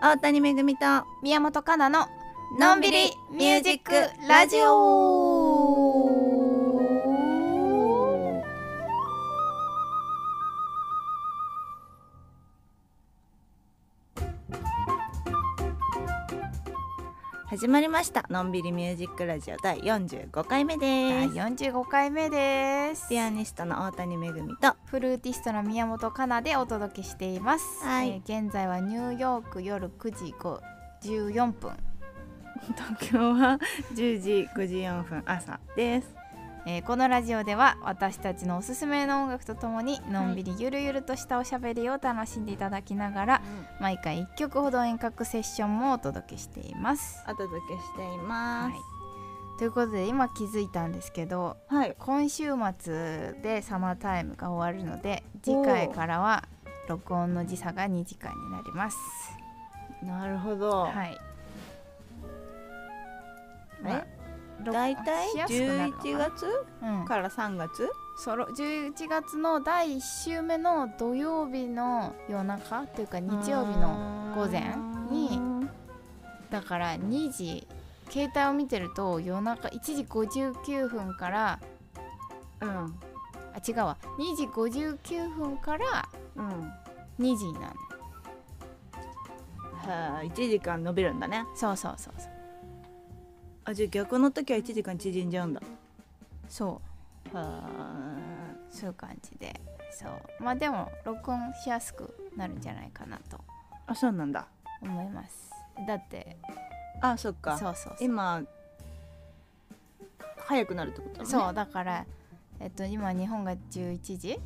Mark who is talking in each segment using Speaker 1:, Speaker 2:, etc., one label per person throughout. Speaker 1: 大谷めぐみと
Speaker 2: 宮本かなののんびりミュージックラジオ
Speaker 1: 始まりましたのんびりミュージックラジオ第45回目
Speaker 2: 第
Speaker 1: です
Speaker 2: 45回目です
Speaker 1: ピアニストの大谷めぐみと
Speaker 2: フルーティストの宮本かなでお届けしています、
Speaker 1: はい
Speaker 2: えー現在はニューヨーク夜9時54分、
Speaker 1: 東京は10時54分朝です
Speaker 2: えーこのラジオでは私たちのおすすめの音楽とともにのんびりゆるゆるとしたおしゃべりを楽しんでいただきながら、毎回1曲ほど遠隔セッションもお届けしています。
Speaker 1: お届けしていま
Speaker 2: はいということで今気づいたんですけど
Speaker 1: すはい
Speaker 2: 今週末でサマータイムが終わるので次回からは録音の時差が2時間になります。
Speaker 1: なるほど
Speaker 2: はい。
Speaker 1: え
Speaker 2: まあ録
Speaker 1: だいたい
Speaker 2: しやすくなるのか
Speaker 1: 11
Speaker 2: な
Speaker 1: 月
Speaker 2: うん
Speaker 1: から3月
Speaker 2: そろ11月の第1週目の土曜日の夜中というか日曜日の午前にだから2時携帯を見てると夜中1時59分から
Speaker 1: うん
Speaker 2: あ違うわ2時59分から
Speaker 1: うん
Speaker 2: 2時になる
Speaker 1: はあ1時間伸びるんだね
Speaker 2: そうそうそうそう
Speaker 1: あじゃあ逆の時は1時間縮んじゃうんだ
Speaker 2: そう
Speaker 1: は
Speaker 2: そういう感じでそうまあでも録音しやすくなるんじゃないかなと
Speaker 1: ああそうなんだ
Speaker 2: 思いますだって
Speaker 1: あそっ
Speaker 2: そ
Speaker 1: か
Speaker 2: うそうそう
Speaker 1: 今早くなるってことだね
Speaker 2: そうだからえっと今日本が11時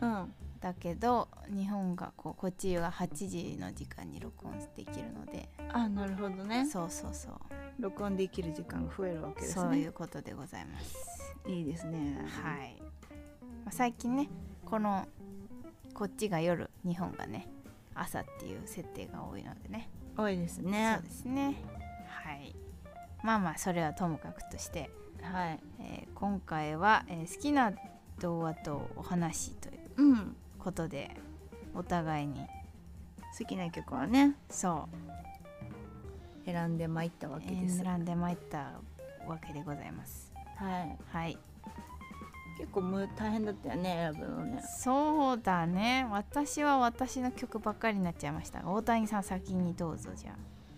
Speaker 1: うん
Speaker 2: だけど日本がこうこっちが8時の時間に録音できるので
Speaker 1: あなるほどね
Speaker 2: そうそうそう、
Speaker 1: 録音できる時間が増えるわけですね
Speaker 2: そういうことでございます
Speaker 1: いいですね
Speaker 2: はい、まあ、最近ねこのこっちが夜日本がね朝っていう設定が多いのでね
Speaker 1: 多いです
Speaker 2: そ
Speaker 1: ね
Speaker 2: うですねはいまあまあそれはともかくとして、
Speaker 1: はい
Speaker 2: えー今回は、えー好きな童話とお話という
Speaker 1: うん
Speaker 2: ことでお互いに
Speaker 1: 好きな曲はね
Speaker 2: そう
Speaker 1: 選んでまいったわけです、
Speaker 2: 選んでまいったわけでございます
Speaker 1: はい
Speaker 2: はい
Speaker 1: 結構む大変だったよね選ぶのね
Speaker 2: そうだね私は私の曲ばっかりになっちゃいましたが大谷さん先にどうぞじゃ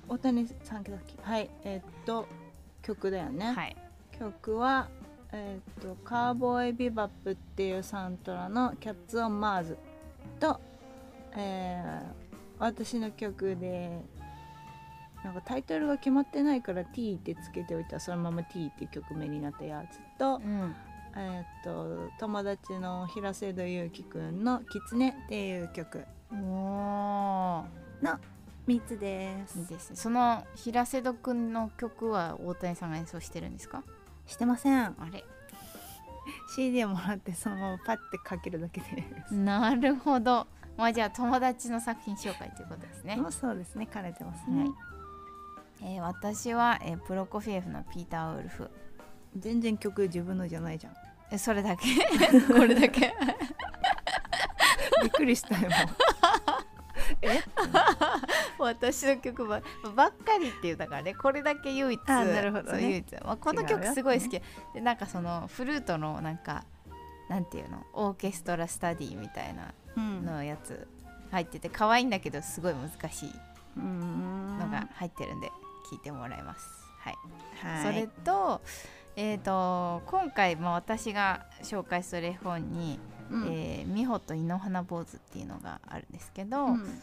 Speaker 1: 大谷さんさっきはいえーっと曲だよね、
Speaker 2: あはい
Speaker 1: 曲はえーっと「カーボーイビバップ」っていうサントラの「キャッツ・オン・マーズ」と、えー私の曲でなんかタイトルが決まってないから「T」ってつけておいたらそのまま「T」っていう曲名になったやつと
Speaker 2: う、ん
Speaker 1: えーっと友達の平瀬戸祐樹くんの「キツネ」っていう曲
Speaker 2: お
Speaker 1: 3つで
Speaker 2: ーいい
Speaker 1: す。
Speaker 2: ですねその平瀬戸くんの曲は大谷さんが演奏してるんですか
Speaker 1: してません
Speaker 2: あれ
Speaker 1: CD をもらってそのままパッてかけるだけです。
Speaker 2: なるほどまあじゃあ友達の作品紹介ということですね
Speaker 1: もうそうですね、兼ねてます
Speaker 2: は
Speaker 1: ね
Speaker 2: い。えー私は、えープロコフィエフのピーター・ウルフ
Speaker 1: 全然曲自分のじゃないじゃん
Speaker 2: えそ れだけこれだけ
Speaker 1: びっくり したよ
Speaker 2: 私の曲ばばっかりっていうだからねこれだけ唯一
Speaker 1: あなるほどね
Speaker 2: そう唯一、まあ、この曲
Speaker 1: 違うよ
Speaker 2: すごい好き、でなんかそのフルートのなんかなんていうのオーケストラスタディみたいな
Speaker 1: うん
Speaker 2: のやつ入ってて可愛いんだけどすごい難しい
Speaker 1: うん
Speaker 2: のが入ってるんで聞いてもらいます、はい
Speaker 1: はい
Speaker 2: それと,、えー、と今回、まあ、私が紹介する絵本に「
Speaker 1: うん
Speaker 2: えー美穂と井の花坊主」っていうのがあるんですけど、
Speaker 1: うん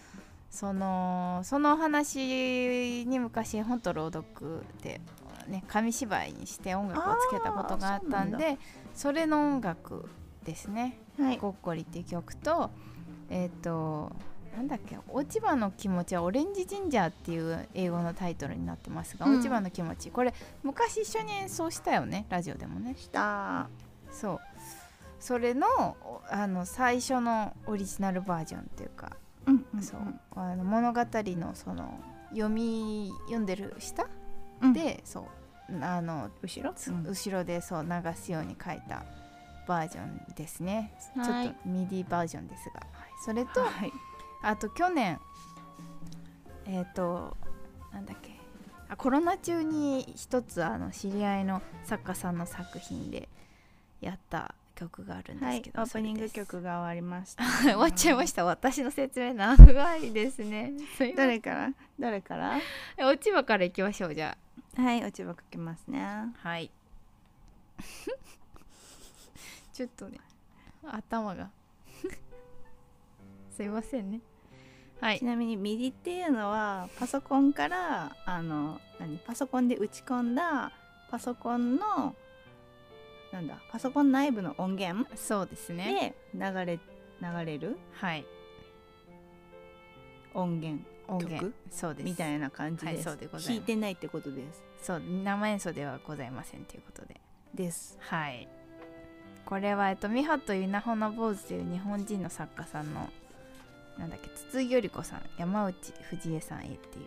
Speaker 2: そのそのお話に昔本と朗読で、ね、紙芝居にして音楽をつけたことがあった
Speaker 1: あ
Speaker 2: ん
Speaker 1: ーそう
Speaker 2: でそれの音楽ですね
Speaker 1: は
Speaker 2: 「
Speaker 1: い
Speaker 2: ごっこり」っていう曲とえっ、となんだっけ「落ち葉の気持ち」は「オレンジジンジャー」っていう英語のタイトルになってますが「
Speaker 1: うん
Speaker 2: 落ち葉の気持ち」これ昔一緒に演奏したよねラジオでもね
Speaker 1: した
Speaker 2: そうそれのおあの最初のオリジナルバージョンっていうか
Speaker 1: うん
Speaker 2: そうあの物語のその読み読んでる下、
Speaker 1: うん
Speaker 2: でそうあの
Speaker 1: 後ろ
Speaker 2: つ後ろでそう流すように書いたバージョンですねちょっ
Speaker 1: はい
Speaker 2: とミディバージョンですが、はいそれと
Speaker 1: はい
Speaker 2: あと去年えっ、となんだっけあコロナ中に一つあの知り合いの作家さんの作品でやった曲があるんで
Speaker 1: は
Speaker 2: す
Speaker 1: い
Speaker 2: け、
Speaker 1: オ
Speaker 2: ど、
Speaker 1: ープニング
Speaker 2: それ
Speaker 1: 曲が終わりました。
Speaker 2: です 終わっちゃいました私の説明長い ですねすいま
Speaker 1: 誰から誰から
Speaker 2: せん落ち葉からいきましょうじゃ
Speaker 1: はい、落ち葉かけますね。
Speaker 2: あはい ちょっとね頭 がすいませんねはい
Speaker 1: ちなみにミディっていうのはパソコンからあの何パソコンで打ち込んだパソコンのなんだパソコン内部の音源
Speaker 2: そうですね
Speaker 1: で流れ流れる
Speaker 2: はい
Speaker 1: 音源
Speaker 2: 音源
Speaker 1: 曲
Speaker 2: そうです
Speaker 1: みたいな感じです。
Speaker 2: はいそうでございます
Speaker 1: 弾いてないってことです。
Speaker 2: そう生演奏ではございませんということで
Speaker 1: です。
Speaker 2: はいこれは、えっと、ミハとユナホナ坊主という日本人の作家さんのなんだっけ筒井より子さん山内藤江さんへっていう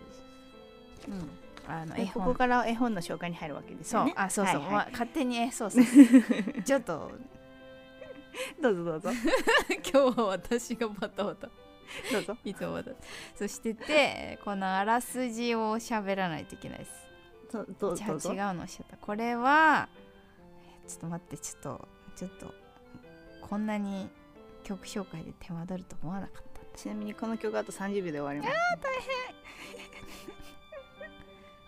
Speaker 2: あの
Speaker 1: え
Speaker 2: 絵
Speaker 1: こ
Speaker 2: 本
Speaker 1: こから絵本の紹介に入るわけです
Speaker 2: そ
Speaker 1: よ
Speaker 2: う
Speaker 1: ね。
Speaker 2: あそうそう、
Speaker 1: はい
Speaker 2: わ
Speaker 1: は
Speaker 2: 勝手にえそう そうちょっと
Speaker 1: いどうぞどうぞ
Speaker 2: 今日は私がバタバタ
Speaker 1: どうぞ。
Speaker 2: いつもバタそしててこのあらすじを喋らないといけないです
Speaker 1: そうどう
Speaker 2: じゃあ
Speaker 1: どうぞ。
Speaker 2: 違うのしちゃったこれはえちょっと待ってちょっとちょっとこんなに曲紹介で手間取ると思わなかった
Speaker 1: ちなみにこの曲あと30秒で終わります。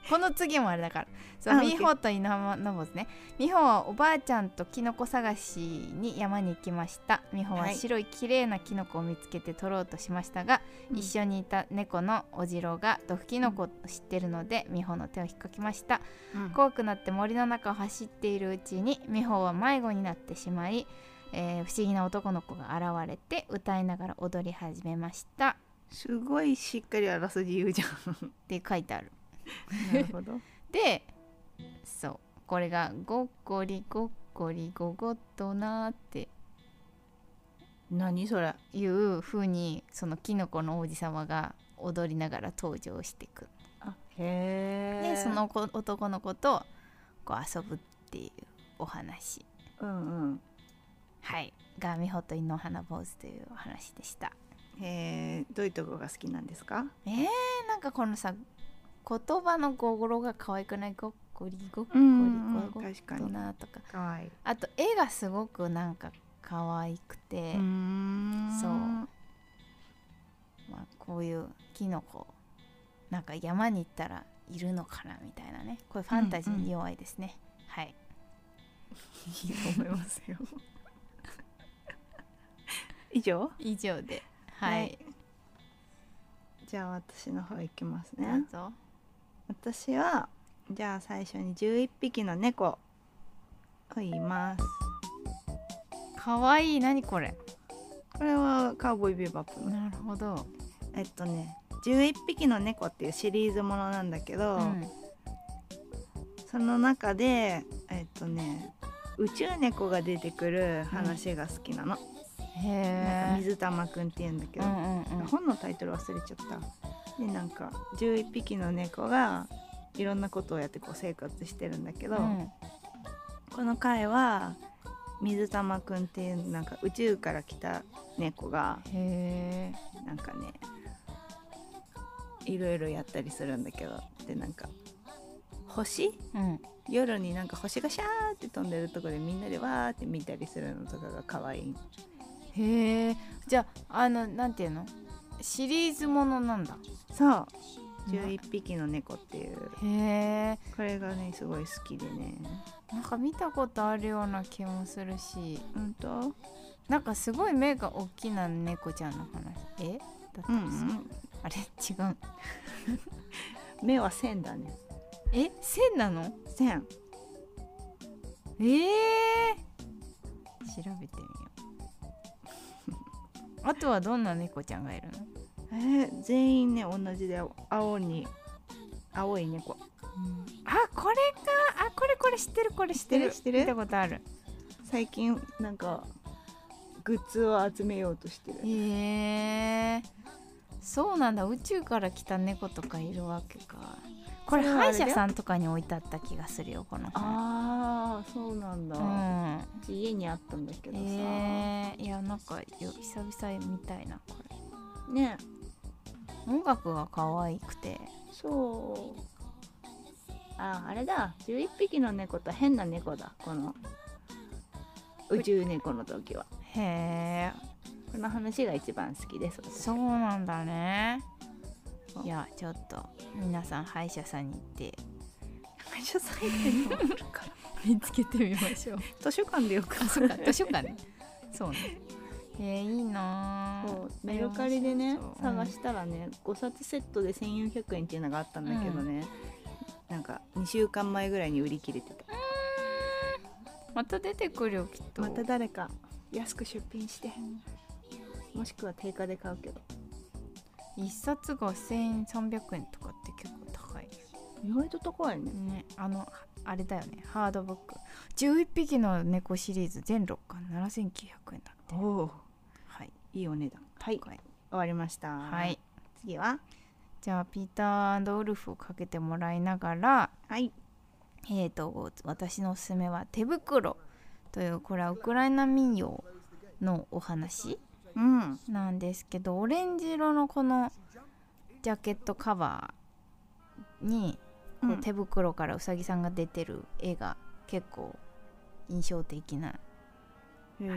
Speaker 2: この次もあれだ からそ
Speaker 1: あ
Speaker 2: う
Speaker 1: オッケ
Speaker 2: 美
Speaker 1: ー
Speaker 2: 穂と稲穂のぼずね美穂はおばあちゃんとキノコ探しに山に行きました美穂は
Speaker 1: はい
Speaker 2: 白い綺麗なキノコを見つけて取ろうとしましたが、
Speaker 1: うん
Speaker 2: 一緒にいた猫のおじろうが毒キノコを知ってるので美穂の手を引っかきました
Speaker 1: うん
Speaker 2: 怖くなって森の中を走っているうちに美穂は迷子になってしまい、えー不思議な男の子が現れて歌いながら踊り始めました
Speaker 1: すごいしっかりあらすじ言うじゃ ん。
Speaker 2: って書いてある
Speaker 1: なるほど。
Speaker 2: でそうこれが「ごっこりごっこりごごっとな」って
Speaker 1: 何それ。
Speaker 2: いう風にそのキノコの王子様が踊りながら登場していく
Speaker 1: あへえ。
Speaker 2: でその子男の子とこう遊ぶっていうお話
Speaker 1: うんうん。
Speaker 2: はいが美穂と井の花坊主というお話でした
Speaker 1: へえ。どういうとこが好きなんですか？
Speaker 2: えー、なんかこのさ言葉の語呂が可愛くないごっこりごっこりごっこ
Speaker 1: 確か
Speaker 2: りと
Speaker 1: に。
Speaker 2: なとか
Speaker 1: 可愛い。
Speaker 2: あと絵がすごくなんか可愛くて、
Speaker 1: ん
Speaker 2: そうまあ、こういうキノコなんか山に行ったらいるのかなみたいなねこれファンタジーに弱いですね、はい
Speaker 1: いいと思いますよ。以上。
Speaker 2: 以上ではい、
Speaker 1: はいじゃあ私の方行きます
Speaker 2: ど
Speaker 1: ね
Speaker 2: う。ぞ
Speaker 1: 私はじゃあ最初に11匹の猫を言います。
Speaker 2: 可愛い何これ
Speaker 1: これはカウボーイビバップの
Speaker 2: なるほど、
Speaker 1: えっとね「11匹の猫」っていうシリーズものなんだけど、
Speaker 2: うん
Speaker 1: その中でえっとね宇宙猫が出てくる話が好きなの、なんか
Speaker 2: へえ
Speaker 1: 水玉くんっていうんだけ
Speaker 2: う
Speaker 1: ど、
Speaker 2: んうんうん
Speaker 1: 本のタイトル忘れちゃったでなんか11匹の猫がいろんなことをやってこう生活してるんだけど、
Speaker 2: うん
Speaker 1: この回は水玉くんっていうなんか宇宙から来た猫が
Speaker 2: へえ
Speaker 1: なんかねいろいろやったりするんだけどでなんか星
Speaker 2: うん
Speaker 1: 夜になんか星がシャーって飛んでるとこでみんなでわーって見たりするのとかが可愛い
Speaker 2: へえじゃああのなんていうのシリーズものなんだ
Speaker 1: そう11匹の猫っていう
Speaker 2: へえ
Speaker 1: これがねすごい好きでね
Speaker 2: なんか見たことあるような気もするし
Speaker 1: うんと
Speaker 2: なんかすごい目が大きな猫ちゃんの話えだった
Speaker 1: うん、
Speaker 2: りする、あれ違う
Speaker 1: 目は線だね
Speaker 2: え線なの
Speaker 1: 線
Speaker 2: ええ調べてみよう あとはどんな猫ちゃんがいるの
Speaker 1: えー全員ね同じで青に青い猫
Speaker 2: あこれかあこれこれ知ってるこれ知ってる
Speaker 1: 知ってる知ってる
Speaker 2: 見たことある
Speaker 1: 最近なんかグッズを集めようとしてる
Speaker 2: へえそうなんだ宇宙から来た猫とかいるわけかこれ
Speaker 1: それはあ
Speaker 2: 歯医
Speaker 1: れだよ
Speaker 2: 者さんとかに置いてあった気がするよこの本
Speaker 1: あああそうなんだ、
Speaker 2: う
Speaker 1: うんち家にあったんだけどさ、
Speaker 2: えー、いやなんかよ久々見たいなこれ
Speaker 1: ね
Speaker 2: 音楽が可愛くて
Speaker 1: そうああれだ11匹の猫と変な猫だこの宇宙猫の時は
Speaker 2: へえ
Speaker 1: この話が一番好きです 私
Speaker 2: そうなんだね
Speaker 1: そう
Speaker 2: いやちょっと皆さん歯医者さんに行って
Speaker 1: 会社サイトにもあるから
Speaker 2: 見つけてみましょう
Speaker 1: 図書館でよく
Speaker 2: あそっか図書館ねそう ねえー、いいなあ
Speaker 1: そうメルカリでね
Speaker 2: そう
Speaker 1: 探したらね5冊セットで1400円っていうのがあったんだけどね、なんか2週間前ぐらいに売り切れてた
Speaker 2: また出てくるよきっと
Speaker 1: また誰か安く出品してもしくは定価で買うけど
Speaker 2: 一冊が1300円とかって結構高い
Speaker 1: 意外と高いね
Speaker 2: ねあのあれだよねハードブック11匹の猫シリーズ全6巻7900円だって
Speaker 1: おお
Speaker 2: はい
Speaker 1: いいお値段はい
Speaker 2: 高い
Speaker 1: 終わりました
Speaker 2: はい
Speaker 1: 次は
Speaker 2: じゃあピーターウルフをかけてもらいながら
Speaker 1: はい
Speaker 2: えー、と私のおすすめは「手袋」というこれはウクライナ民謡のお話
Speaker 1: うん
Speaker 2: なんですけどオレンジ色のこのジャケットカバーにこう
Speaker 1: うん
Speaker 2: 手袋からうさぎさんが出てる絵が結構印象的な、は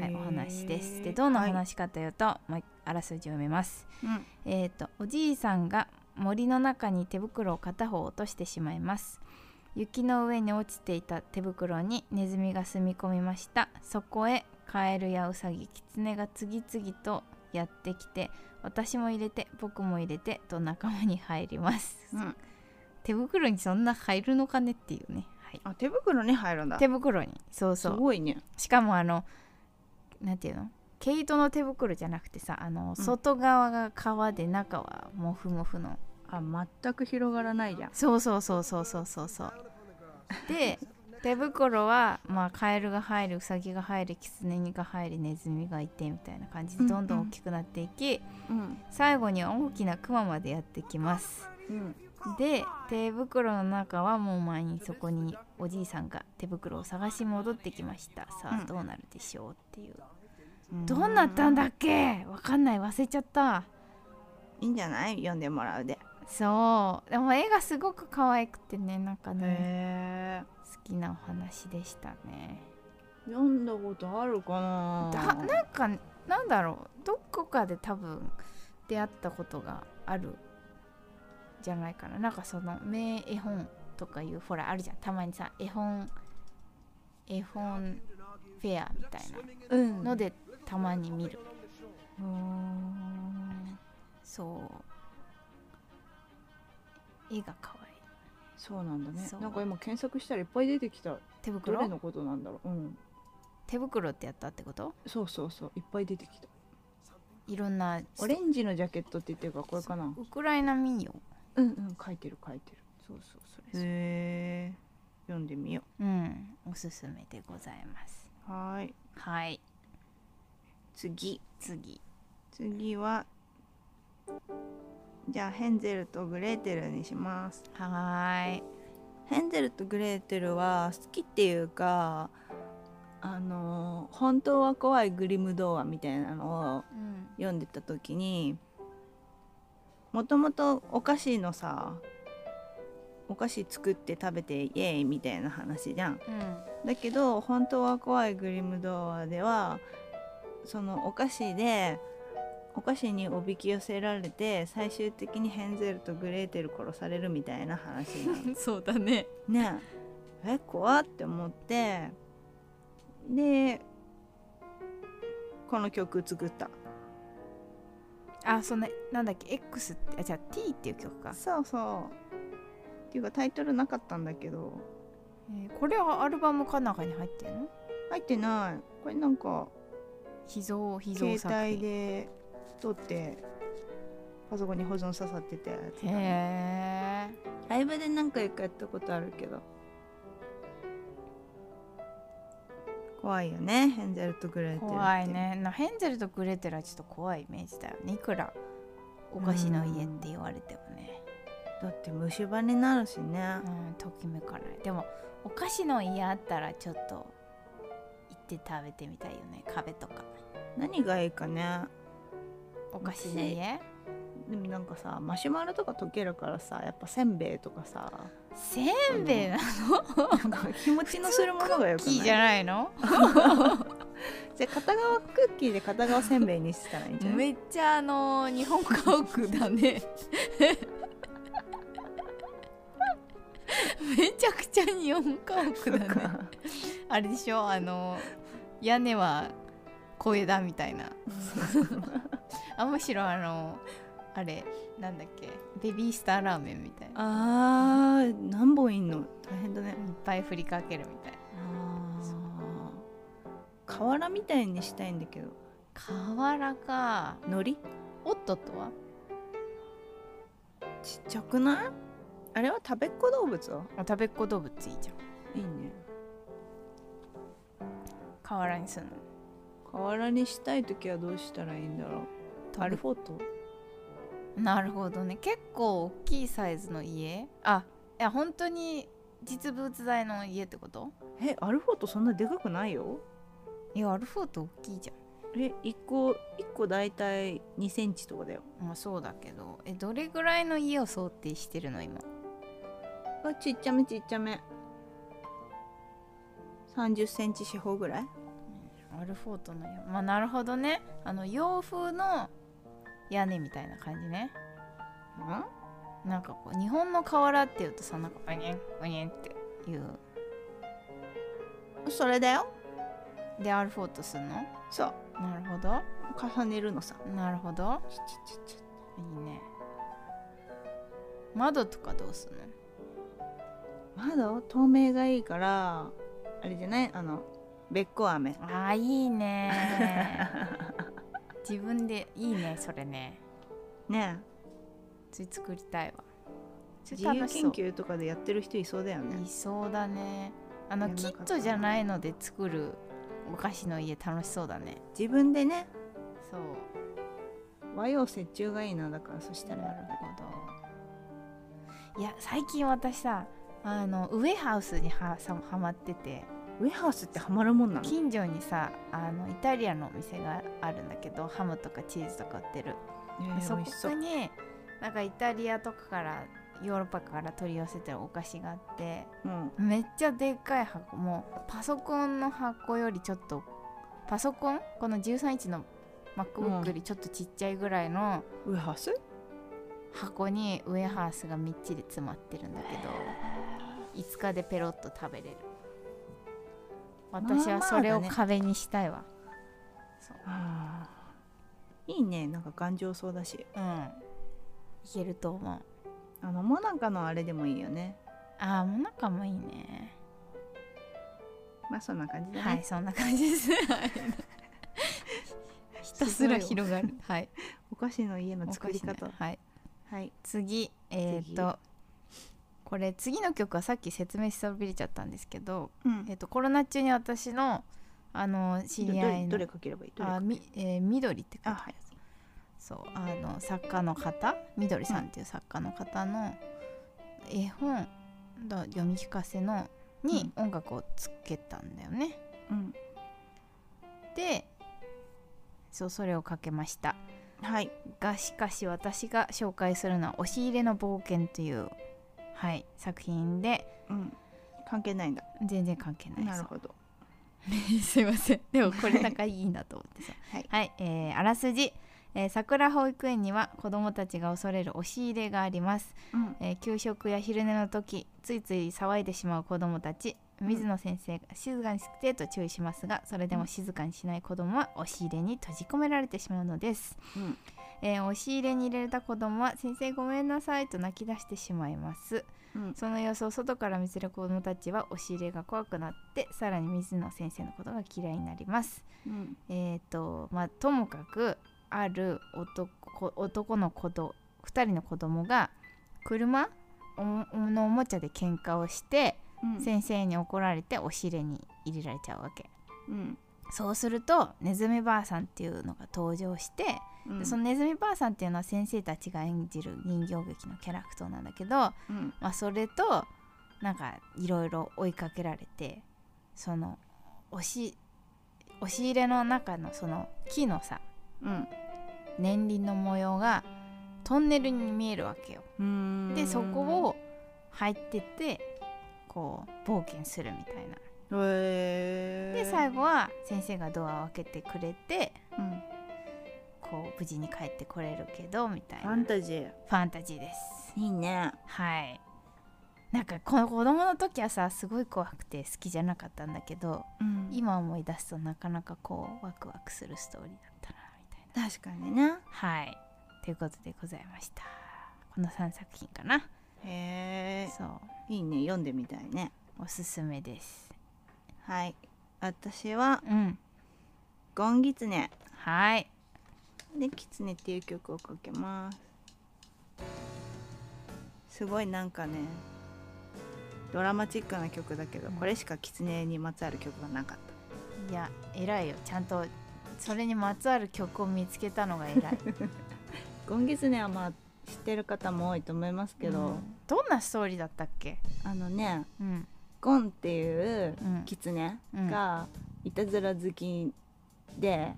Speaker 2: い、お話です。でどんな話かというと、もうあらすじを読みます。
Speaker 1: うん
Speaker 2: えー、とおじいさんが森の中に手袋を片方落としてしまいます雪の上に落ちていた手袋にネズミが住み込みましたそこへカエルやウサギキツネが次々とやってきて私も入れて僕も入れてと仲間に入ります、
Speaker 1: うん
Speaker 2: 手袋にそんな入るのかねっていうね、はい、
Speaker 1: あ手袋に入るんだ
Speaker 2: 手袋にそう
Speaker 1: す
Speaker 2: そう
Speaker 1: ごいね
Speaker 2: しかもあのなんていうの毛糸の手袋じゃなくてさあの
Speaker 1: うん
Speaker 2: 外側が革で中はモフモフの、
Speaker 1: あ全く広がらないじゃん
Speaker 2: そうそうそうそうそうそうそうで手袋は、まあ、カエルが入るウサギが入るキツネが入るネズミがいてみたいな感じでどんどん大きくなっていき、
Speaker 1: うん
Speaker 2: 最後には大きなクマまでやってきます
Speaker 1: うん
Speaker 2: で手袋の中はもう前にそこにおじいさんが手袋を探し戻ってきましたさ
Speaker 1: うん
Speaker 2: あどうなるでしょうっていうどうなったんだっけわかんない忘れちゃった
Speaker 1: いいんじゃない読んでもらうで
Speaker 2: そうでも絵がすごく可愛くてねなんかね
Speaker 1: へえ
Speaker 2: 好きなお話でしたね
Speaker 1: 読んだことあるかな
Speaker 2: だなんかなんだろうどこかで多分出会ったことがあるじゃないかななんかその名絵本とかいうほらあるじゃんたまにさ絵本絵本フェアみたい
Speaker 1: うん
Speaker 2: なのでたまに見る
Speaker 1: うーん
Speaker 2: そう絵が可愛い
Speaker 1: そうなんだね
Speaker 2: そう
Speaker 1: なんか今検索したらいっぱい出てきた
Speaker 2: 手
Speaker 1: どれ
Speaker 2: 袋
Speaker 1: のことなんだろううん
Speaker 2: 手袋ってやったってこと
Speaker 1: そうそうそういっぱい出てきた
Speaker 2: いろんな
Speaker 1: オレンジのジャケットって言ってるからこれかな
Speaker 2: ウクライナ民謡
Speaker 1: うんうん書いてる書いて
Speaker 2: そうそうそれ
Speaker 1: るへえ読んでみよ
Speaker 2: うんおすすめでございます
Speaker 1: うはーい
Speaker 2: はい
Speaker 1: 次
Speaker 2: 次
Speaker 1: 次はじゃあヘンゼルとグレーテルにします
Speaker 2: はーい
Speaker 1: ヘンゼルとグレーテルは好きっていうかあの本当は怖いグリム童話みたいなのを
Speaker 2: うん
Speaker 1: 読んでた時にもともとお菓子のさお菓子作って食べてイエーイみたいな話じゃん。
Speaker 2: うん
Speaker 1: だけど「本当は怖いグリム童話」ではそのお菓子でお菓子におびき寄せられて最終的にヘンゼルとグレーテル殺されるみたいな話なの。
Speaker 2: そうだね
Speaker 1: ねええ怖って思ってでこの曲作った。
Speaker 2: あそんななんだっけ X ってあじゃあ T っていう曲か、
Speaker 1: そうそうっていうかタイトルなかったんだけど
Speaker 2: えーこれはアルバムか中に入ってるの
Speaker 1: 入ってないこれなんか
Speaker 2: 秘蔵秘
Speaker 1: 携
Speaker 2: 蔵作品
Speaker 1: 帯で撮ってパソコンに保存刺さってたやつだね
Speaker 2: へえ
Speaker 1: ライブで何回かやったことあるけど怖いよねヘンゼルとグレーテルって
Speaker 2: 怖いねなヘンゼルとグレーテルはちょっと怖いイメージだよねいくらお菓子の家って言われてもね
Speaker 1: だって虫歯になるしね
Speaker 2: うんときめかないでもお菓子の家あったらちょっと行って食べてみたいよね壁とか
Speaker 1: 何がいいかね
Speaker 2: お菓子の家
Speaker 1: でもなんかさマシュマロとか溶けるからさやっぱせんべいとかさ
Speaker 2: せんべいな
Speaker 1: なんか気持ちのする ものがよく
Speaker 2: キー
Speaker 1: ない
Speaker 2: じゃないの
Speaker 1: じゃあ片側クッキーで片側せんべいにしたらいいんじゃない
Speaker 2: めっちゃあのー日本家屋だねめちゃくちゃ日本家屋だね
Speaker 1: か
Speaker 2: あれでしょあのー屋根は小枝みたいな あむしろあのーあれなんだっけベビースターラーメンみたいな
Speaker 1: あー何本いんの大変だね
Speaker 2: いっぱい振りかけるみたいな
Speaker 1: あー瓦みたいにしたいんだけど
Speaker 2: 瓦か
Speaker 1: 海苔
Speaker 2: おっとっとは
Speaker 1: ちっちゃくないあれは食べっ子動物は
Speaker 2: あ食べっ子動物いいじゃん
Speaker 1: いいね
Speaker 2: 瓦にすんの
Speaker 1: 瓦にしたい時はどうしたらいいんだろうアルフォート
Speaker 2: なるほどね結構大きいサイズの家あいや本当に実物大の家ってこと
Speaker 1: えアルフォートそんなでかくないよ
Speaker 2: いやアルフォート大きいじ
Speaker 1: え一個一個大体2センチとかだよ
Speaker 2: ゃんまあそうだけどえどれぐらいの家を想定してるの今
Speaker 1: あちっちゃめちっちゃめ3 0センチ四方ぐらい
Speaker 2: アルフォートの家まあなるほどねあの洋風の屋根みたいな感じね
Speaker 1: うん
Speaker 2: なんかこう日本の瓦っていうとさなんかバニャンバニャンっていう
Speaker 1: それだよ
Speaker 2: でアルフォートすんの
Speaker 1: そう
Speaker 2: なるほど
Speaker 1: 重ねるのさ
Speaker 2: なるほどいいね窓とかどうすんの
Speaker 1: 窓透明がいいからあれじゃないあのべっこ飴
Speaker 2: あーいいね自分でいいねそれね
Speaker 1: ね
Speaker 2: つい作りたいわそ
Speaker 1: 自
Speaker 2: れ
Speaker 1: 由
Speaker 2: 楽しそ
Speaker 1: 研
Speaker 2: う
Speaker 1: 究とかでやってる人いそうだよね
Speaker 2: いそうだねあの
Speaker 1: やんな
Speaker 2: キ
Speaker 1: かった
Speaker 2: ットじゃないので作るお菓子の家楽しそうだね
Speaker 1: 自分でね
Speaker 2: そう
Speaker 1: 和洋折衷がいいなだからそした
Speaker 2: な
Speaker 1: ら
Speaker 2: るほどいや最近私さあのウエハウスにはさはまってて
Speaker 1: ウェハースってハマるもんなの
Speaker 2: 近所にさあのイタリアンのお店があるんだけどハムとかチーズとか売ってる
Speaker 1: え
Speaker 2: で
Speaker 1: ー
Speaker 2: そ
Speaker 1: 美味しそ
Speaker 2: こ
Speaker 1: う
Speaker 2: になんかイタリアとかからヨーロッパから取り寄せてるお菓子があって
Speaker 1: うん
Speaker 2: めっちゃでっかい箱もうパソコンの箱よりちょっとパソコンこの13インチの MacBook よりちょっとちっちゃいぐらいの
Speaker 1: ウェハース
Speaker 2: 箱にウエハースがみっちり詰まってるんだけど5日でペロッと食べれる私はそれを壁にしたいわ、
Speaker 1: あーいいねなんか頑丈そうだし
Speaker 2: うんいけると思う
Speaker 1: あのもなかのあれでもいいよね
Speaker 2: ああもなかもいいね
Speaker 1: まあそんな感じでね、
Speaker 2: はい、そんな感じ です。ひたすら
Speaker 1: すごい
Speaker 2: 広がる。はい。
Speaker 1: お菓子の家の作り
Speaker 2: おかしい
Speaker 1: 方、
Speaker 2: ねはい。
Speaker 1: はい
Speaker 2: 次、えっ、と。これ次の曲はさっき説明しそびれちゃったんですけど、
Speaker 1: うん
Speaker 2: えっとコロナ中に私のあの知り合い
Speaker 1: ど
Speaker 2: の
Speaker 1: れどれかければいいどれ
Speaker 2: あ
Speaker 1: か
Speaker 2: み、えー、緑って
Speaker 1: あ
Speaker 2: 方
Speaker 1: はい
Speaker 2: そうあの作家の方みどりさんっていう作家の方の絵本の読み聞かせのに音楽をつけたんだよね。
Speaker 1: うん
Speaker 2: でそうそれをかけました
Speaker 1: はい
Speaker 2: がしかし私が紹介するのは「押し入れの冒険」という、はい、作品で
Speaker 1: うん関係ないんだ
Speaker 2: 全然関係ない
Speaker 1: なる
Speaker 2: そう
Speaker 1: ほど
Speaker 2: すいませんでもこれなんかいいなと思ってさ
Speaker 1: はい
Speaker 2: えーあらすじ、えー桜保育園には子どもたちが恐れる押し入れがあります
Speaker 1: うん
Speaker 2: えー給食や昼寝の時ついつい騒いでしまう子どもたち水野先生が静かにしてと注意しますがそれでも静かにしない子どもは押し入れに閉じ込められてしまうのです、
Speaker 1: うん
Speaker 2: えー押し入れに入れた子どもは「先生ごめんなさい」と泣き出してしまいます
Speaker 1: うん
Speaker 2: その様子を外から見せる子どもたちは押し入れが怖くなってさらに水野先生のことが嫌いになります
Speaker 1: うん
Speaker 2: えーとまあ、ともかくある男男の子と2人の子供が車おのおもちゃで喧嘩をして、
Speaker 1: うん
Speaker 2: 先生に怒られて押し入れに入れられちゃうわけ
Speaker 1: うん
Speaker 2: そうするとネズミばあさんっていうのが登場して、
Speaker 1: うん
Speaker 2: そのネズミばあさんっていうのは先生たちが演じる人形劇のキャラクターなんだけど、
Speaker 1: うん
Speaker 2: まあ、それとなんかいろいろ追いかけられてその押し押し入れの中のその木のさ
Speaker 1: うん
Speaker 2: 年輪の模様がトンネルに見えるわけよ。
Speaker 1: うーん
Speaker 2: でそこを入ってってこう冒険するみたいな。
Speaker 1: へえ
Speaker 2: で最後は先生がドアを開けてくれて
Speaker 1: うん
Speaker 2: こう無事に帰ってこれるけどみたい
Speaker 1: フ
Speaker 2: な
Speaker 1: ァ
Speaker 2: フ
Speaker 1: ンタジー
Speaker 2: ァンタジーです。
Speaker 1: いいね
Speaker 2: はいなんかこの子供の時はさすごい怖くて好きじゃなかったんだけど
Speaker 1: うん
Speaker 2: 今思い出すとなかなかこうワクワクするストーリーだったなみたいな。
Speaker 1: 確かにね
Speaker 2: はいということでございました。この3作品かな。
Speaker 1: へえ
Speaker 2: そう
Speaker 1: いいね読んでみたいね
Speaker 2: おすすめです。
Speaker 1: はい私は
Speaker 2: うん
Speaker 1: 「ゴンギツネ
Speaker 2: はい」
Speaker 1: で「キツネ」っていう曲をかけますすごいなんかねドラマチックな曲だけど、
Speaker 2: うん
Speaker 1: これしかキツネにまつわる曲がなかっ
Speaker 2: いや偉いよちゃんとそれにまつわる曲を見つけたのが偉い
Speaker 1: たゴンギツネはまあ知ってる方も多いと思いますけど、
Speaker 2: うんどんなストーリーだったっけ
Speaker 1: あのね
Speaker 2: うん
Speaker 1: ゴンっていう
Speaker 2: うん
Speaker 1: キツネがいたずら好きで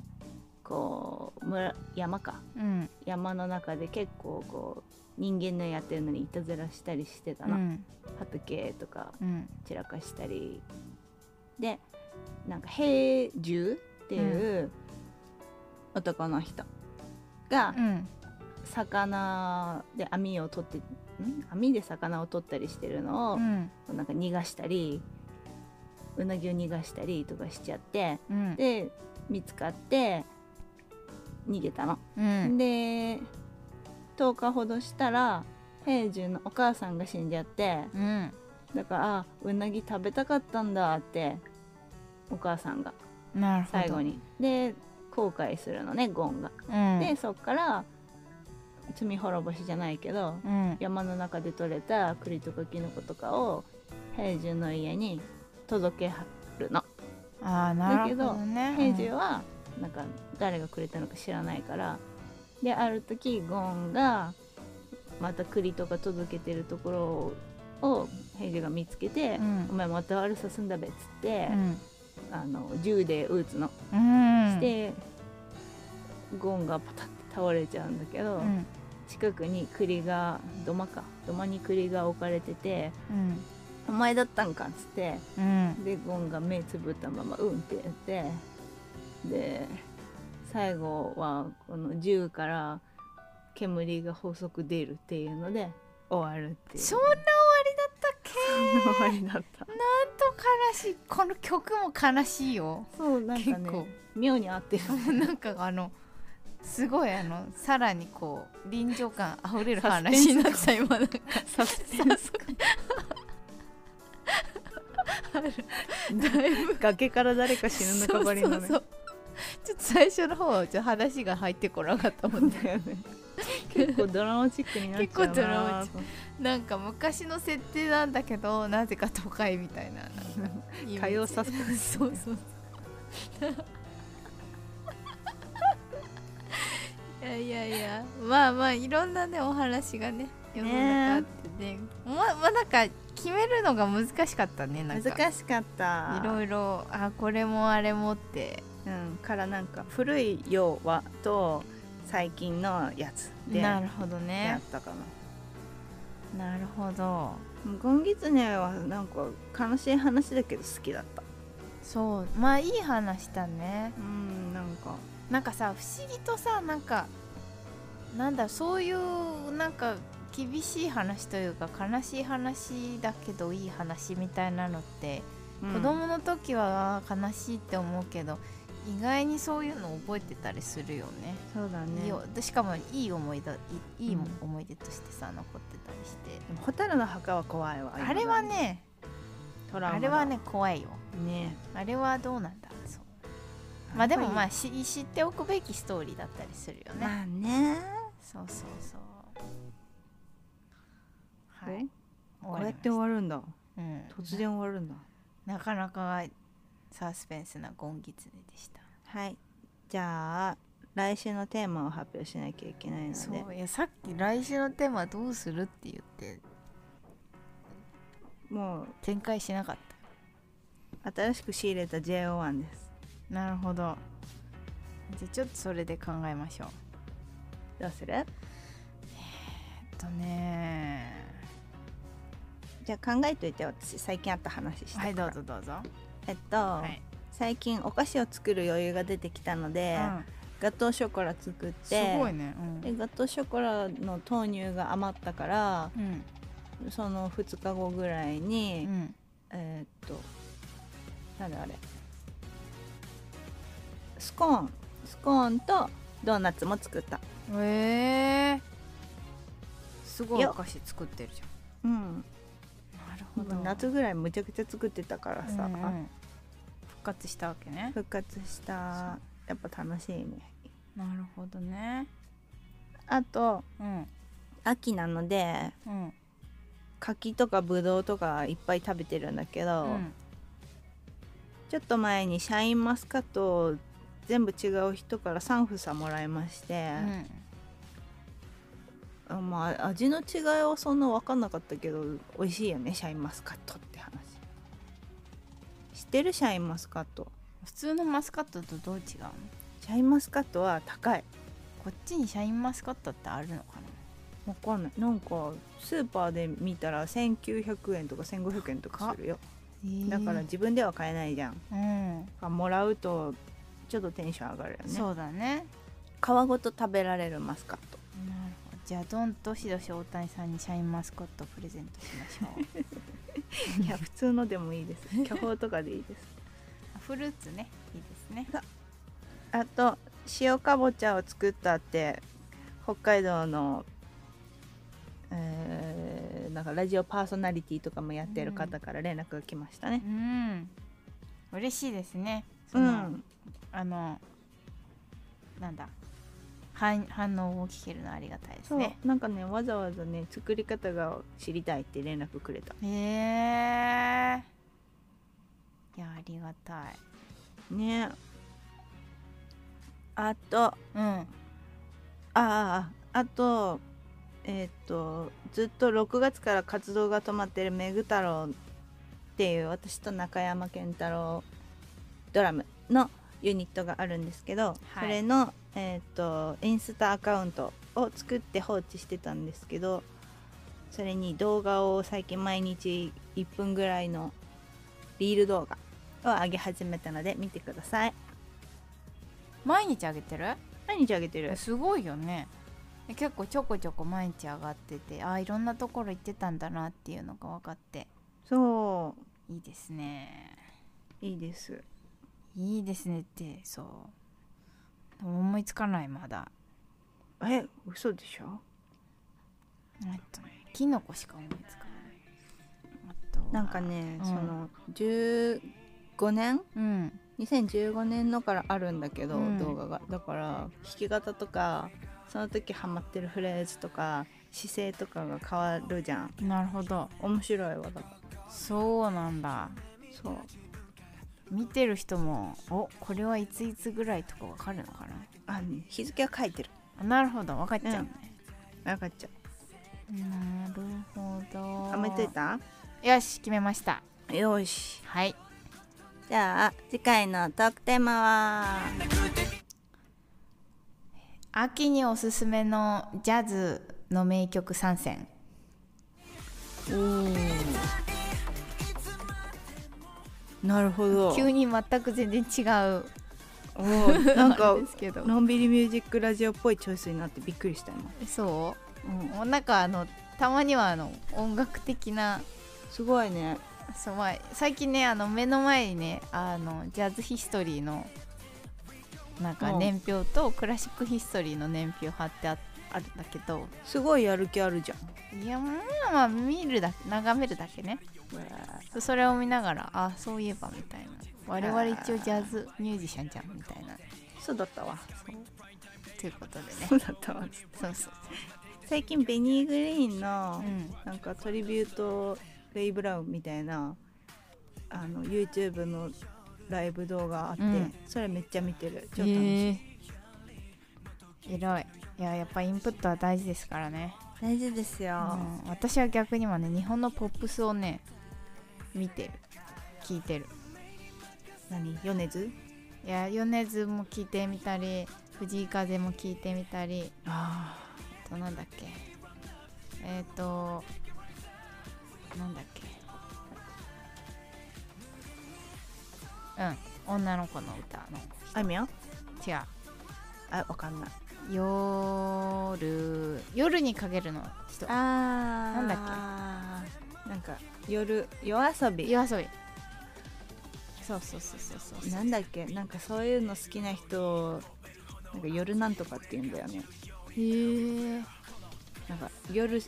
Speaker 1: こう村山か
Speaker 2: うん
Speaker 1: 山の中で結構こう人間のやってるのにいたずらしたりしてた
Speaker 2: う
Speaker 1: の、
Speaker 2: ん
Speaker 1: 畑とか
Speaker 2: うん
Speaker 1: 散らかしたりでなんか平獣っていう男の人が
Speaker 2: うん
Speaker 1: 魚で網を取ってん網で魚を取ったりしてるのを
Speaker 2: うん
Speaker 1: なんか逃がしたりうなぎを逃がしたりとかしちゃって
Speaker 2: うん
Speaker 1: で見つかって逃げたの。
Speaker 2: うん
Speaker 1: で10日ほどしたら平獣のお母さんが死んじゃって
Speaker 2: うん
Speaker 1: だからあうなぎ食べたかったんだってお母さんが
Speaker 2: なるほど
Speaker 1: 最後にで後悔するのねゴンが。
Speaker 2: うん
Speaker 1: でそっから罪滅ぼしじゃないけど
Speaker 2: うん
Speaker 1: 山の中で採れた栗とかキノコとかを平獣の家に届けはるの
Speaker 2: ああなるほどね
Speaker 1: 平獣はなんか誰がくれたのか知らないからである時ゴンがまた栗とか届けてるところを平獣が見つけて
Speaker 2: う
Speaker 1: 「お
Speaker 2: ん
Speaker 1: 前また悪さすんだべ」っつって
Speaker 2: う、ん
Speaker 1: あの銃で撃つの。
Speaker 2: うん
Speaker 1: してゴンがパタッて倒れちゃうんだけど、
Speaker 2: うん
Speaker 1: 近くに栗が土間か土間に栗が置かれてて
Speaker 2: う
Speaker 1: 「
Speaker 2: ん
Speaker 1: お前だったんか」っつって
Speaker 2: うん
Speaker 1: でゴンが目つぶったまま「うん」って言ってで最後はこの銃から煙が細く出るっていうので終わるっていう
Speaker 2: そんな終わりだったっけ
Speaker 1: 終わりだった
Speaker 2: なんと悲しいこの曲も悲しいよ
Speaker 1: そうなん
Speaker 2: 結
Speaker 1: か
Speaker 2: 構
Speaker 1: ね妙に合ってる
Speaker 2: なんかあのすごいあのさらにこう臨場感あふれる
Speaker 1: サスペンス
Speaker 2: 話になった今なんか
Speaker 1: サスペンス
Speaker 2: だいぶ
Speaker 1: 崖から誰か死ぬ中ばりの
Speaker 2: そう
Speaker 1: ね
Speaker 2: そうそうちょっと最初の方はちょっと話が入ってこなかったもんね
Speaker 1: だよね結構ドラマチックになっちゃうな
Speaker 2: 結構ドラマチ
Speaker 1: ック
Speaker 2: なんか昔の設定なんだけどなぜか都会みたい ななんかイメージ
Speaker 1: 火曜サスペンス
Speaker 2: そうそういやいやいやまあまあいろんなねお話がね世の中あってねままあなんか決めるのが難しかったねなんか
Speaker 1: 難しかった
Speaker 2: いろいろあこれもあれもって
Speaker 1: うん、からなんか古い要はと最近のやつで
Speaker 2: な
Speaker 1: や
Speaker 2: るほど
Speaker 1: っ
Speaker 2: ね
Speaker 1: たかな
Speaker 2: なるほど
Speaker 1: ゴンギツネはなんか悲しい話だけど好きだった
Speaker 2: そうまあいい話だね
Speaker 1: うんなんか
Speaker 2: なんかさ不思議とさなんかなんだそういうなんか厳しい話というか悲しい話だけどいい話みたいなのって、
Speaker 1: うん
Speaker 2: 子供の時はあー悲しいって思うけど意外にそういうの覚えてたりするよね
Speaker 1: そうだ
Speaker 2: いい
Speaker 1: ね
Speaker 2: よでしかもいい思い出いいい
Speaker 1: うん
Speaker 2: 思い出としてさ、残ってたりして
Speaker 1: でも蛍の墓は怖いわ
Speaker 2: あれはね
Speaker 1: トラウマ
Speaker 2: あ
Speaker 1: だ
Speaker 2: れはね怖いよ
Speaker 1: ね
Speaker 2: あれはどうなんだそうまあでもま
Speaker 1: や
Speaker 2: あし知っておくべきストーリーだったりするよ
Speaker 1: っぱり
Speaker 2: ね
Speaker 1: まあね
Speaker 2: そうそうそう。
Speaker 1: お
Speaker 2: はい。
Speaker 1: こうやって終
Speaker 2: 終わ
Speaker 1: わるんだ
Speaker 2: りました、うん、
Speaker 1: 突然終わるんだ
Speaker 2: な。なかなかサスペンスなゴンギツネでした。
Speaker 1: はいじゃあ来週のテーマを発表しなきゃいけないので
Speaker 2: そういやさっき来週のテーマどうするって言って
Speaker 1: もう
Speaker 2: 展開しなかっ
Speaker 1: 新しく仕入れた JO1 です
Speaker 2: たなるほどじゃあちょっとそれで考えましょう
Speaker 1: どうする
Speaker 2: えっとね
Speaker 1: じゃあ考えといて私最近あった話して
Speaker 2: はいどうぞどうぞ
Speaker 1: えっと、
Speaker 2: はい、
Speaker 1: 最近お菓子を作る余裕が出てきたので、
Speaker 2: うん
Speaker 1: ガトーショコラ作って
Speaker 2: すごいねうん
Speaker 1: でガトーショコラの豆乳が余ったから
Speaker 2: うん
Speaker 1: その2日後ぐらいに、
Speaker 2: うん
Speaker 1: えーっとなんだあれスコーンスコーンとドーナツも作った
Speaker 2: えー、すごい
Speaker 1: よ
Speaker 2: お菓子作ってるじ
Speaker 1: うん
Speaker 2: ゃんなるほど
Speaker 1: 夏ぐらいむちゃくちゃ作ってたからさ、
Speaker 2: うんうん復活したわけね
Speaker 1: 復活したや
Speaker 2: そ
Speaker 1: っぱ楽しいね
Speaker 2: なるほどね
Speaker 1: あと
Speaker 2: うん
Speaker 1: 秋なので
Speaker 2: うん
Speaker 1: 柿とかぶどうとかいっぱい食べてるんだけど、
Speaker 2: うん
Speaker 1: ちょっと前にシャインマスカットを全部違う人から3房もらいまして、あまあ味の違いはそんな分かんなかったけど美味しいよねシャインマスカットって話知ってるシャインマスカット
Speaker 2: 普通のマスカットとどう違うの
Speaker 1: シャインマスカットは高い
Speaker 2: こっちにシャインマスカットってあるのかな
Speaker 1: 分かんないなんかスーパーで見たら1900円とか1500円とかするよだから自分では買えないじゃん
Speaker 2: うん、
Speaker 1: あもらうとちょっとテンション上がるよね
Speaker 2: そうだね
Speaker 1: 皮ごと食べられるマスカット
Speaker 2: なるほどじゃあどんどしどし大谷さんにシャインマスカットをプレゼントしま しょう
Speaker 1: いや普通のでもいい です巨峰とかでいいです
Speaker 2: フルーツねいいですね
Speaker 1: あと塩かぼちゃを作ったって北海道の、えーなんかラジオパーソナリティとかもやってる方から連絡が来ましたね
Speaker 2: う。ん嬉しいですねそ
Speaker 1: うん、
Speaker 2: の、あのなんだ反反応を聞けるのはありがたいです
Speaker 1: そう
Speaker 2: ね
Speaker 1: なんかねわざわざね作り方が知りたいって連絡くれた
Speaker 2: へえいやありがたい
Speaker 1: ねあとあ
Speaker 2: うん
Speaker 1: ああとえーっとずっと6月から活動が止まってるメグ太郎っていう私と中山健太郎ドラムのユニットがあるんですけど、
Speaker 2: はい
Speaker 1: それの、えー、とインスタアカウントを作って放置してたんですけどそれに動画を最近毎日1分ぐらいのリール動画を上げ始めたので見てください
Speaker 2: 毎日あげてる
Speaker 1: 毎日上げてる
Speaker 2: すごいよねで結構ちょこちょこ毎日上がっててあーいろんなところ行ってたんだなっていうのが分かって
Speaker 1: そ
Speaker 2: いいですね
Speaker 1: ういいです
Speaker 2: いいですねってそうでも思いつかないまだ
Speaker 1: え嘘でしょ
Speaker 2: えっとねキノコしか思いつかないあとは
Speaker 1: なんかね、
Speaker 2: うん
Speaker 1: その15年
Speaker 2: うん
Speaker 1: 2015年のからあるんだけど、
Speaker 2: うん
Speaker 1: 動画がだから弾き方とかその時ハマってるフレーズとか姿勢とかが変わるじゃん
Speaker 2: なるほど
Speaker 1: 面白いわだから
Speaker 2: そうなんだ
Speaker 1: そう
Speaker 2: 見てる人もおこれはいついつぐらいとかわかるのかな
Speaker 1: あね日付は書いてる
Speaker 2: あなるほど分かっちゃうね、
Speaker 1: 分かっちゃ
Speaker 2: なるほど
Speaker 1: うあめといた
Speaker 2: よし決めました
Speaker 1: よし
Speaker 2: はい
Speaker 1: じゃあ次回のトークテーマは
Speaker 2: 秋におすすめのジャズの名曲参戦
Speaker 1: なるほど
Speaker 2: 急に全く全然違う
Speaker 1: おーなんか
Speaker 2: あれですけど
Speaker 1: のんびりミュージックラジオっぽいチョイスになってびっくりした今、
Speaker 2: そ
Speaker 1: うん
Speaker 2: う、もうなんかあのたまにはあの音楽的な
Speaker 1: すごいね
Speaker 2: そうまあ最近ねあの目の前にねあのジャズヒストリーのなんか
Speaker 1: うん
Speaker 2: 年表とクラシックヒストリーの年表貼ってああるんだけど
Speaker 1: すごいやる気あるじゃん
Speaker 2: いやまあまあ見るだけ眺めるだけねそうそれを見ながらあそういえばみたいな我々一応ジャズミュージシャンじゃんみたいな
Speaker 1: そうだったわ
Speaker 2: ということでね
Speaker 1: そうだったわ
Speaker 2: そうそう
Speaker 1: 最近ベニー・グリーンの
Speaker 2: うん
Speaker 1: なんかトリビュートレイ・ブラウンみたいなあの YouTube のライブ動画あって、
Speaker 2: うん
Speaker 1: それめっちゃ見てる超楽しい、
Speaker 2: ええ偉いいややっぱインプットは大事ですからね
Speaker 1: 大事ですよ
Speaker 2: うん私は逆にはね日本のポップスをね見てる聞いてる
Speaker 1: 何米津
Speaker 2: いや米津も聞いてみたり藤井風も聞いてみたり
Speaker 1: あ
Speaker 2: あとなんだっけえっ、ー、となんだっけうん女の子の歌の
Speaker 1: あいみょん
Speaker 2: 違う
Speaker 1: あわかんない
Speaker 2: 夜夜にかけるの人
Speaker 1: あなん
Speaker 2: だっ
Speaker 1: けなんか夜夜遊び
Speaker 2: 夜遊びそうそうそうそうそう
Speaker 1: なんだっけなんかそういうの好きな人をなんか夜なんとかって言うんだよね
Speaker 2: へえ
Speaker 1: なんか夜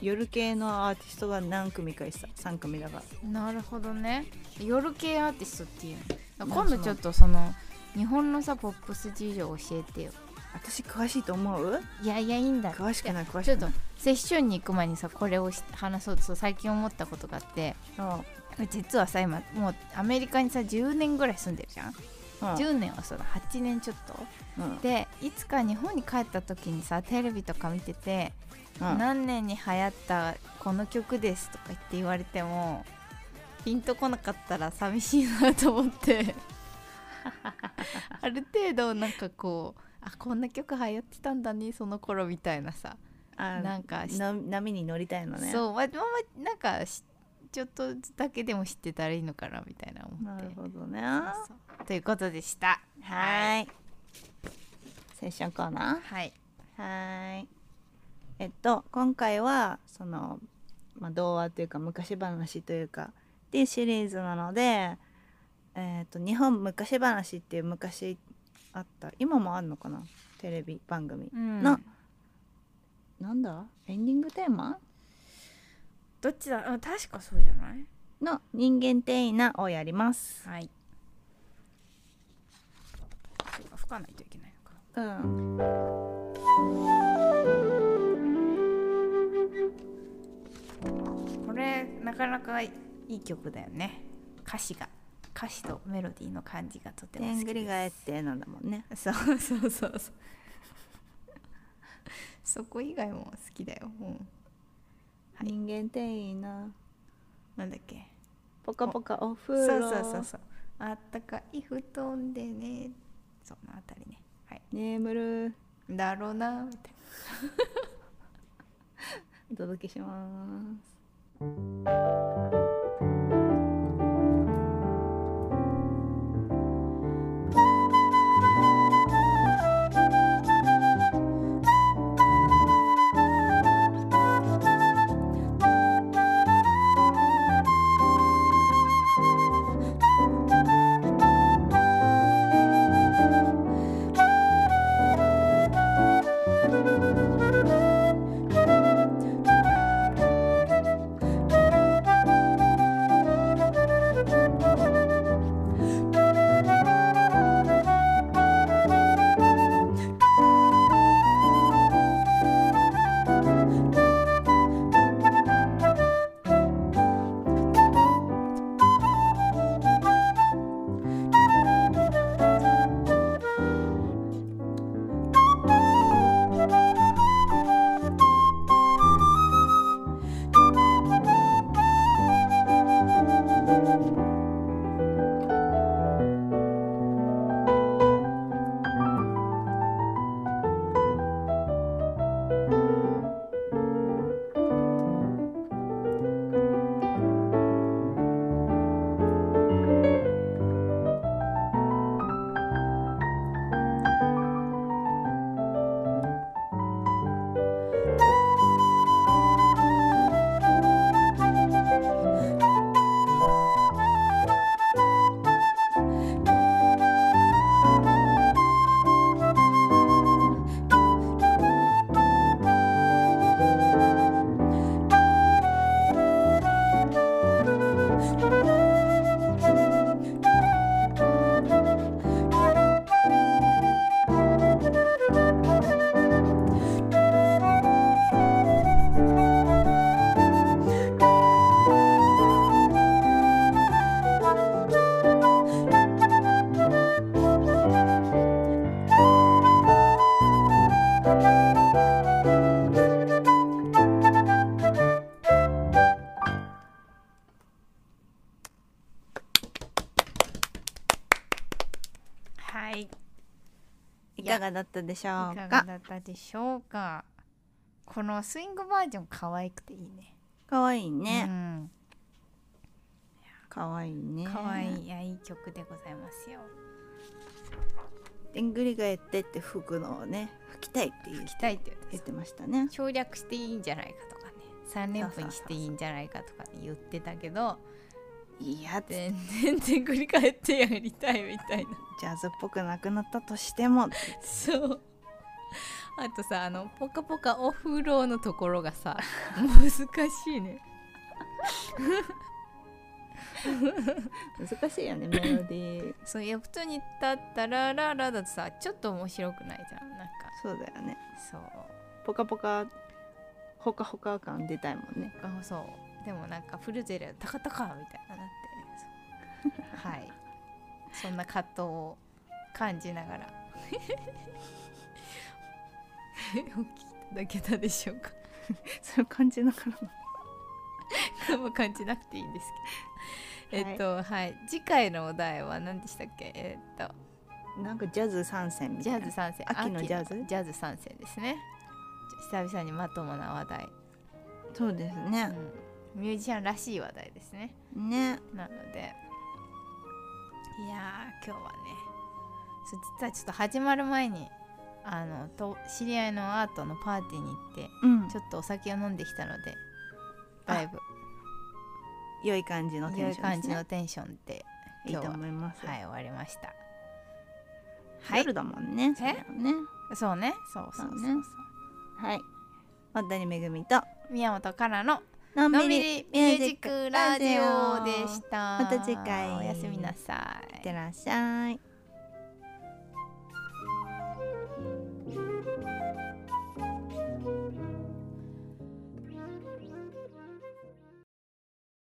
Speaker 1: 夜系のアーティストが何組かいた3組だが
Speaker 2: なるほどね夜系アーティストっていうの今
Speaker 1: そ
Speaker 2: 度
Speaker 1: の
Speaker 2: ちょっとその日本のさポップス事情教えてよ
Speaker 1: 私詳しいと思う
Speaker 2: いやいやいいんだって
Speaker 1: 詳しくない詳
Speaker 2: ち
Speaker 1: し
Speaker 2: ょっ
Speaker 1: く
Speaker 2: と
Speaker 1: ない
Speaker 2: セッションに行く前にさこれをし話そうとそう最近思ったことがあって実はさ今もうアメリカにさ10年ぐらい住んでるじゃん、
Speaker 1: うん
Speaker 2: 10年はそうだ8年ちょっと
Speaker 1: うんうん
Speaker 2: でいつか日本に帰った時にさテレビとか見てて、
Speaker 1: うん
Speaker 2: 何年に流行ったこの曲ですとか言って言われてもピンとこなかったら寂しいなと思って ある程度なんかこうあこんな曲流行ってたんだねその頃みたいなさ
Speaker 1: あ
Speaker 2: なんかし
Speaker 1: な波に乗りたいのね
Speaker 2: そうまあまあまあなんかしちょっとだけでも知ってたらいいのかなみたいな思っ
Speaker 1: な
Speaker 2: て
Speaker 1: るほどね
Speaker 2: そうそうということでした
Speaker 1: はーいセッションコーナー
Speaker 2: はい
Speaker 1: はーい。えっと今回はその、まあ、童話というか昔話というかっていうシリーズなので、えっと日本昔話っていう昔あった今もあんのかなテレビ番組、
Speaker 2: うん
Speaker 1: のなんだエンディングテーマ
Speaker 2: どっちだあ確かそうじゃない
Speaker 1: の「人間転移な」をやります。
Speaker 2: はいそうか吹かないといけないの
Speaker 1: う
Speaker 2: か
Speaker 1: ん、
Speaker 2: これなかなかいい曲だよね歌詞が歌詞とメロディーの感じがとても
Speaker 1: でん
Speaker 2: 好
Speaker 1: ぐ
Speaker 2: き
Speaker 1: り
Speaker 2: で
Speaker 1: 返ってなんだもんね。
Speaker 2: すそうそうそうそうそこ以外も好きだよ、うん、はい
Speaker 1: 人間転移な
Speaker 2: なんだっけ
Speaker 1: ポカポカお風
Speaker 2: そう
Speaker 1: 呂
Speaker 2: そうそうそうあったかい布団でねそのあたりねはい
Speaker 1: 眠る
Speaker 2: だろうなみたい
Speaker 1: お届けします。
Speaker 2: な
Speaker 1: がだったでし
Speaker 2: い
Speaker 1: ょ
Speaker 2: か
Speaker 1: う
Speaker 2: が
Speaker 1: か
Speaker 2: だったでしょうかこのスイングバージョン可愛くていいね
Speaker 1: かわいいね、
Speaker 2: うん
Speaker 1: かわいいね
Speaker 2: 可愛いいやいい曲でございますよ
Speaker 1: でんぐり返ってって服のね拭きたいって言っ
Speaker 2: 期
Speaker 1: て
Speaker 2: 待って
Speaker 1: 言ってましたね
Speaker 2: 省略していいんじゃないかとかね3連符にしていいんじゃないかとか言ってたけど
Speaker 1: いやって
Speaker 2: 全然全然繰り返ってやりたいみたいな
Speaker 1: ジャズっぽくなくなったとしても
Speaker 2: そうあとさあの「ぽかぽかお風呂」のところがさ難しいね
Speaker 1: 難しい よねメロディー
Speaker 2: そうや普通に「たったららら」だとさちょっと面白くないじゃんなんか
Speaker 1: そうだよね
Speaker 2: そう
Speaker 1: ポカポカほかほか感出たいもんね
Speaker 2: あそうでもなんかフルゼルタカタカみたいななってそうはいそんな葛藤を感じながら お聞きいただけたでしょうか
Speaker 1: そういう感じだから
Speaker 2: もう感じなくていいんですけど、
Speaker 1: はい
Speaker 2: えっとはい次回のお題は何でしたっけえっと
Speaker 1: なんかジャズ参戦み
Speaker 2: ジ
Speaker 1: たい
Speaker 2: ャ
Speaker 1: な
Speaker 2: ズ参戦
Speaker 1: 秋のジャズ
Speaker 2: ジャズ参戦ですねちょ久々にまともな話題、
Speaker 1: そうです
Speaker 2: う
Speaker 1: ね、
Speaker 2: ん、ミュージシャンらしい話題ですね
Speaker 1: ね
Speaker 2: なのでいやー今日はねそう実はちょっと始まる前にあのと知り合いのアートのパーティーに行って
Speaker 1: うん
Speaker 2: ちょっとお酒を飲んできたのでだいぶ
Speaker 1: 良い感じのテ
Speaker 2: 良
Speaker 1: ン
Speaker 2: い
Speaker 1: ション
Speaker 2: 感
Speaker 1: です
Speaker 2: じ
Speaker 1: ね
Speaker 2: のテンションで
Speaker 1: いい
Speaker 2: 今日
Speaker 1: と
Speaker 2: は
Speaker 1: 思います、
Speaker 2: はい、終わりました。はい
Speaker 1: 夜、だもんねそれはね
Speaker 2: そうね、そうそうそうそう。
Speaker 1: はい本当にめぐみと
Speaker 2: 宮本からの
Speaker 1: のん
Speaker 2: の
Speaker 1: び
Speaker 2: んびり
Speaker 1: りミ
Speaker 2: ミ
Speaker 1: ュ
Speaker 2: ュー
Speaker 1: ー
Speaker 2: ジ
Speaker 1: ジ
Speaker 2: ッ
Speaker 1: ッ
Speaker 2: ク
Speaker 1: ク
Speaker 2: ラ
Speaker 1: ラ
Speaker 2: ジ
Speaker 1: ジ
Speaker 2: オ
Speaker 1: オ
Speaker 2: で
Speaker 1: で
Speaker 2: し。
Speaker 1: したた
Speaker 2: また次回おやすみなさい。
Speaker 1: いってらっしゃい